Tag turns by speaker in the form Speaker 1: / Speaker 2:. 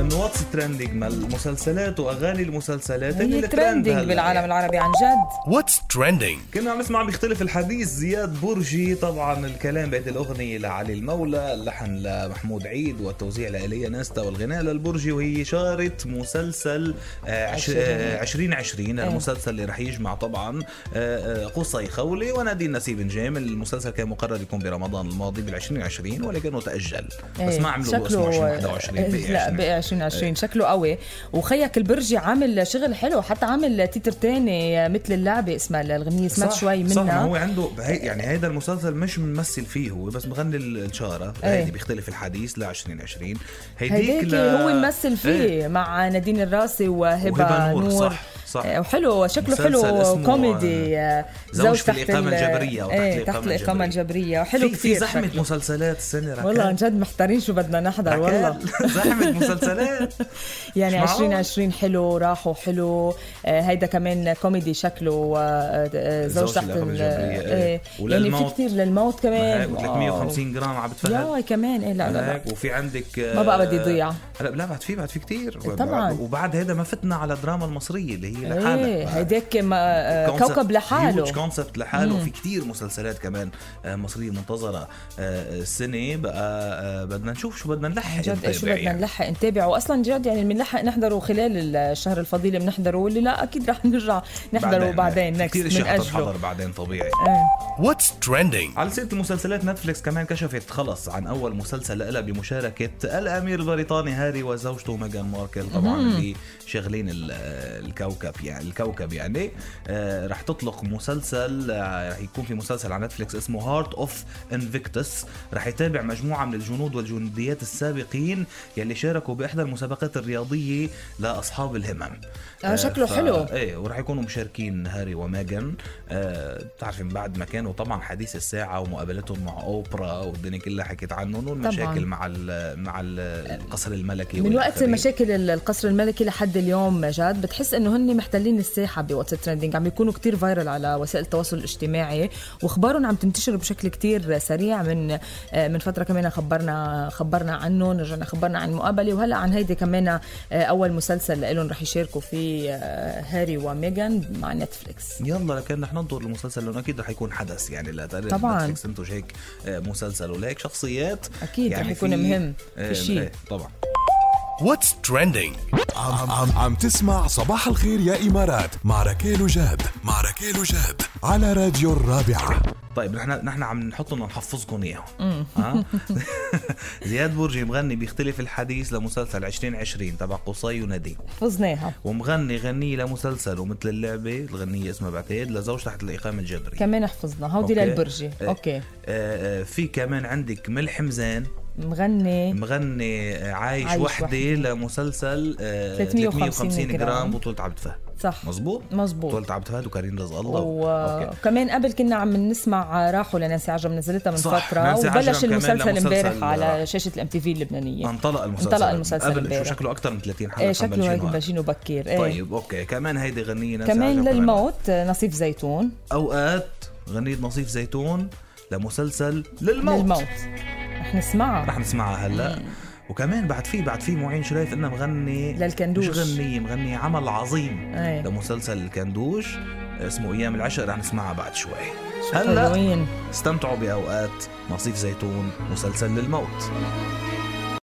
Speaker 1: انه واتس ترندنج ما المسلسلات واغاني المسلسلات هي
Speaker 2: هي
Speaker 1: اللي ترند
Speaker 2: ترندنج
Speaker 1: هلا.
Speaker 2: بالعالم العربي عن جد
Speaker 3: واتس تريندينج
Speaker 1: كنا عم نسمع بيختلف الحديث زياد برجي طبعا الكلام بهذه الاغنيه لعلي المولى اللحن لمحمود عيد والتوزيع لاليا ناستا والغناء للبرجي وهي شارة مسلسل آه، عش-
Speaker 2: عشرين.
Speaker 1: آه، 2020
Speaker 2: إيه.
Speaker 1: المسلسل اللي رح يجمع طبعا آه، آه، قصي خولي ونادين نسيب نجام المسلسل كان مقرر يكون برمضان الماضي بال 2020 ولكنه تاجل بس
Speaker 2: إيه،
Speaker 1: ما عملوا له اسمه 2021 بقي
Speaker 2: لا
Speaker 1: 20.
Speaker 2: بقي 2020 شكله قوي وخيك البرجي عامل شغل حلو حتى عامل تيتر تاني مثل اللعبه اسمها الاغنيه سمعت
Speaker 1: صح-
Speaker 2: شوي
Speaker 1: صح ما
Speaker 2: منها
Speaker 1: هو عنده هي يعني هيدا المسلسل مش ممثل فيه هو بس مغني ال- الشارة
Speaker 2: إيه.
Speaker 1: هيدي بيختلف الحديث ل 2020
Speaker 2: هيديك
Speaker 1: ل-
Speaker 2: هو ممثل فيه
Speaker 1: إيه.
Speaker 2: مع نادين الراسي
Speaker 1: وهبة
Speaker 2: وهبه
Speaker 1: نور,
Speaker 2: نور
Speaker 1: صح صح
Speaker 2: آه، وحلو شكله
Speaker 1: مسلسل
Speaker 2: حلو
Speaker 1: اسمه،
Speaker 2: كوميدي آه،
Speaker 1: زوج في الإقامة
Speaker 2: ال-
Speaker 1: الجبرية أو تحت
Speaker 2: إيه،
Speaker 1: الإقامة
Speaker 2: تحت الاقامه الجبريه وحلو
Speaker 1: في, في
Speaker 2: كثير
Speaker 1: زحمة إيه.
Speaker 2: شكله.
Speaker 1: مسلسلات السنة ركال
Speaker 2: والله عن جد محتارين شو بدنا نحضر
Speaker 1: ركال.
Speaker 2: والله
Speaker 1: زحمة مسلسلات
Speaker 2: يعني
Speaker 1: مش معقول.
Speaker 2: 2020 حلو راحوا حلو آه، هيدا كمان كوميدي شكله آه، آه، زوج
Speaker 1: زوج
Speaker 2: تحت
Speaker 1: الأغلب
Speaker 2: ال-
Speaker 1: الجبرية، إيه.
Speaker 2: آه، يعني في
Speaker 1: وللموت.
Speaker 2: كثير للموت كمان إيه. واو.
Speaker 1: 350 جرام عم بتفهم
Speaker 2: يا كمان ايه لا لا لا
Speaker 1: هيك وفي عندك آه،
Speaker 2: ما بقى بدي ضيع
Speaker 1: هلا لا بعد في بعد في كثير
Speaker 2: طبعاً.
Speaker 1: وبعد هيدا ما فتنا على الدراما المصريه اللي هي لحالها
Speaker 2: ايه هيداك ما- آه، كوكب لحاله
Speaker 1: كونسبت لحاله في كتير مسلسلات كمان آه، مصريه منتظره آه، السنه بقى آه، بدنا نشوف شو بدنا نلحق
Speaker 2: عن جد إيه شو
Speaker 1: نتابع
Speaker 2: بدنا
Speaker 1: يعني.
Speaker 2: نلحق نتابعه واصلا جد يعني بنلحق نحضره خلال الشهر الفضيل بنحضره واللي لا اكيد رح نرجع نحضره بعدين
Speaker 1: في
Speaker 2: نكست
Speaker 1: كتير
Speaker 2: من
Speaker 1: اشياء
Speaker 2: اجله
Speaker 1: تتحضر بعدين طبيعي
Speaker 2: إيه.
Speaker 3: واتس تريندينج
Speaker 1: على سيرة المسلسلات نتفليكس كمان كشفت خلص عن أول مسلسل لها بمشاركة الأمير البريطاني هاري وزوجته ميغان ماركل طبعا اللي شغلين ال- الكوكب يعني الكوكب يعني آه، رح تطلق مسلسل آه، رح يكون في مسلسل على نتفليكس اسمه هارت اوف انفيكتس رح يتابع مجموعة من الجنود والجنديات السابقين يلي شاركوا بإحدى المسابقات الرياضية لأصحاب الهمم
Speaker 2: آه، شكله حلو.
Speaker 1: ايه وراح يكونوا مشاركين هاري وماجن آه بتعرفي من بعد ما كانوا طبعا حديث الساعه ومقابلتهم مع اوبرا والدنيا كلها حكيت عنهم والمشاكل
Speaker 2: طبعاً.
Speaker 1: مع ال مع ال القصر الملكي
Speaker 2: من وقت
Speaker 1: والآخرين.
Speaker 2: مشاكل ال- القصر الملكي لحد اليوم جاد بتحس انه هن محتلين الساحه بواتس ترندنج عم يكونوا كتير فايرل على وسائل التواصل الاجتماعي واخبارهم عم تنتشر بشكل كتير سريع من آه، من فتره كمان خبرنا خبرنا عنهم رجعنا خبرنا عن المقابله وهلا عن هيدي كمان آه، اول مسلسل لهم رح يشاركوا فيه آه، هاري وميغان مع نتفليكس
Speaker 1: يلا لكن رح ننظر للمسلسل لانه اكيد رح يكون حدث يعني لا تقريبا
Speaker 2: طبعاً.
Speaker 1: نتفليكس انتج هيك آه، مسلسل ولهيك شخصيات يعني
Speaker 2: أكيد رح يكون
Speaker 1: في-
Speaker 2: مهم، في
Speaker 1: آه،
Speaker 2: شي.
Speaker 1: إيه، طبعا
Speaker 3: واتس تريندينج
Speaker 4: عم, عم, عم تسمع صباح الخير يا إمارات مع ركيل وجاد مع ركيل وجاد على راديو الرابعة
Speaker 1: طيب نحن نحن عم نحطهم نحفظكم اياهم ها زياد برجي مغني بيختلف الحديث لمسلسل 2020 تبع قصي ونديم
Speaker 2: حفظناها
Speaker 1: ومغني غنية لمسلسل ومثل اللعبة الغنية اسمها بعتقد لزوج تحت الإقامة الجبرية
Speaker 2: كمان حفظنا هودي
Speaker 1: أوكي.
Speaker 2: للبرجي
Speaker 1: إيه.
Speaker 2: اوكي
Speaker 1: آه، آه، في كمان عندك ملح مزان
Speaker 2: مغني
Speaker 1: مغني آه، عايش,
Speaker 2: عايش
Speaker 1: عايش وحدة
Speaker 2: وحدي.
Speaker 1: لمسلسل آه،
Speaker 2: 350
Speaker 1: جرام
Speaker 2: جرام.
Speaker 1: بطولة عبد فهد
Speaker 2: صح
Speaker 1: مزبوط
Speaker 2: مزبوط
Speaker 1: بطولة عبد فهد وكريم رزق الله أوكي.
Speaker 2: وكمان قبل كنا عم نسمع راحوا لنانسي عجرم نزلتها من
Speaker 1: صح،
Speaker 2: فتره
Speaker 1: نانسي عجرم
Speaker 2: وبلش
Speaker 1: كمان آه. نعم.
Speaker 2: المسلسل
Speaker 1: مسلسل
Speaker 2: امبارح على
Speaker 1: راح.
Speaker 2: شاشه الام تي في اللبنانيه
Speaker 1: انطلق المسلسل
Speaker 2: انطلق المسلسل
Speaker 1: قبل شو
Speaker 2: امبارح.
Speaker 1: شكله أكثر من 30 حلقة
Speaker 2: ايه
Speaker 1: عم
Speaker 2: شكله
Speaker 1: بلشين
Speaker 2: هيك
Speaker 1: وقت.
Speaker 2: مبلشين وبكير ايه
Speaker 1: طيب أوكي كمان هيدي غنية نانسي عجرم
Speaker 2: كمان
Speaker 1: كمان
Speaker 2: للموت نصيف زيتون
Speaker 1: أوقات غنية نصيف زيتون لمسلسل للموت
Speaker 2: للموت إيه. رح نسمعها
Speaker 1: رح نسمعها هلا وكمان بعد في بعد في معين شريف انه مغني
Speaker 2: للكندوش.
Speaker 1: مش غنية مغني عمل عظيم
Speaker 2: ايه.
Speaker 1: لمسلسل الكندوش اسمه ايام العشاء رح نسمعها بعد شوي
Speaker 2: شو
Speaker 1: هلا
Speaker 2: حلوين
Speaker 1: استمتعوا باوقات نصيف زيتون مسلسل للموت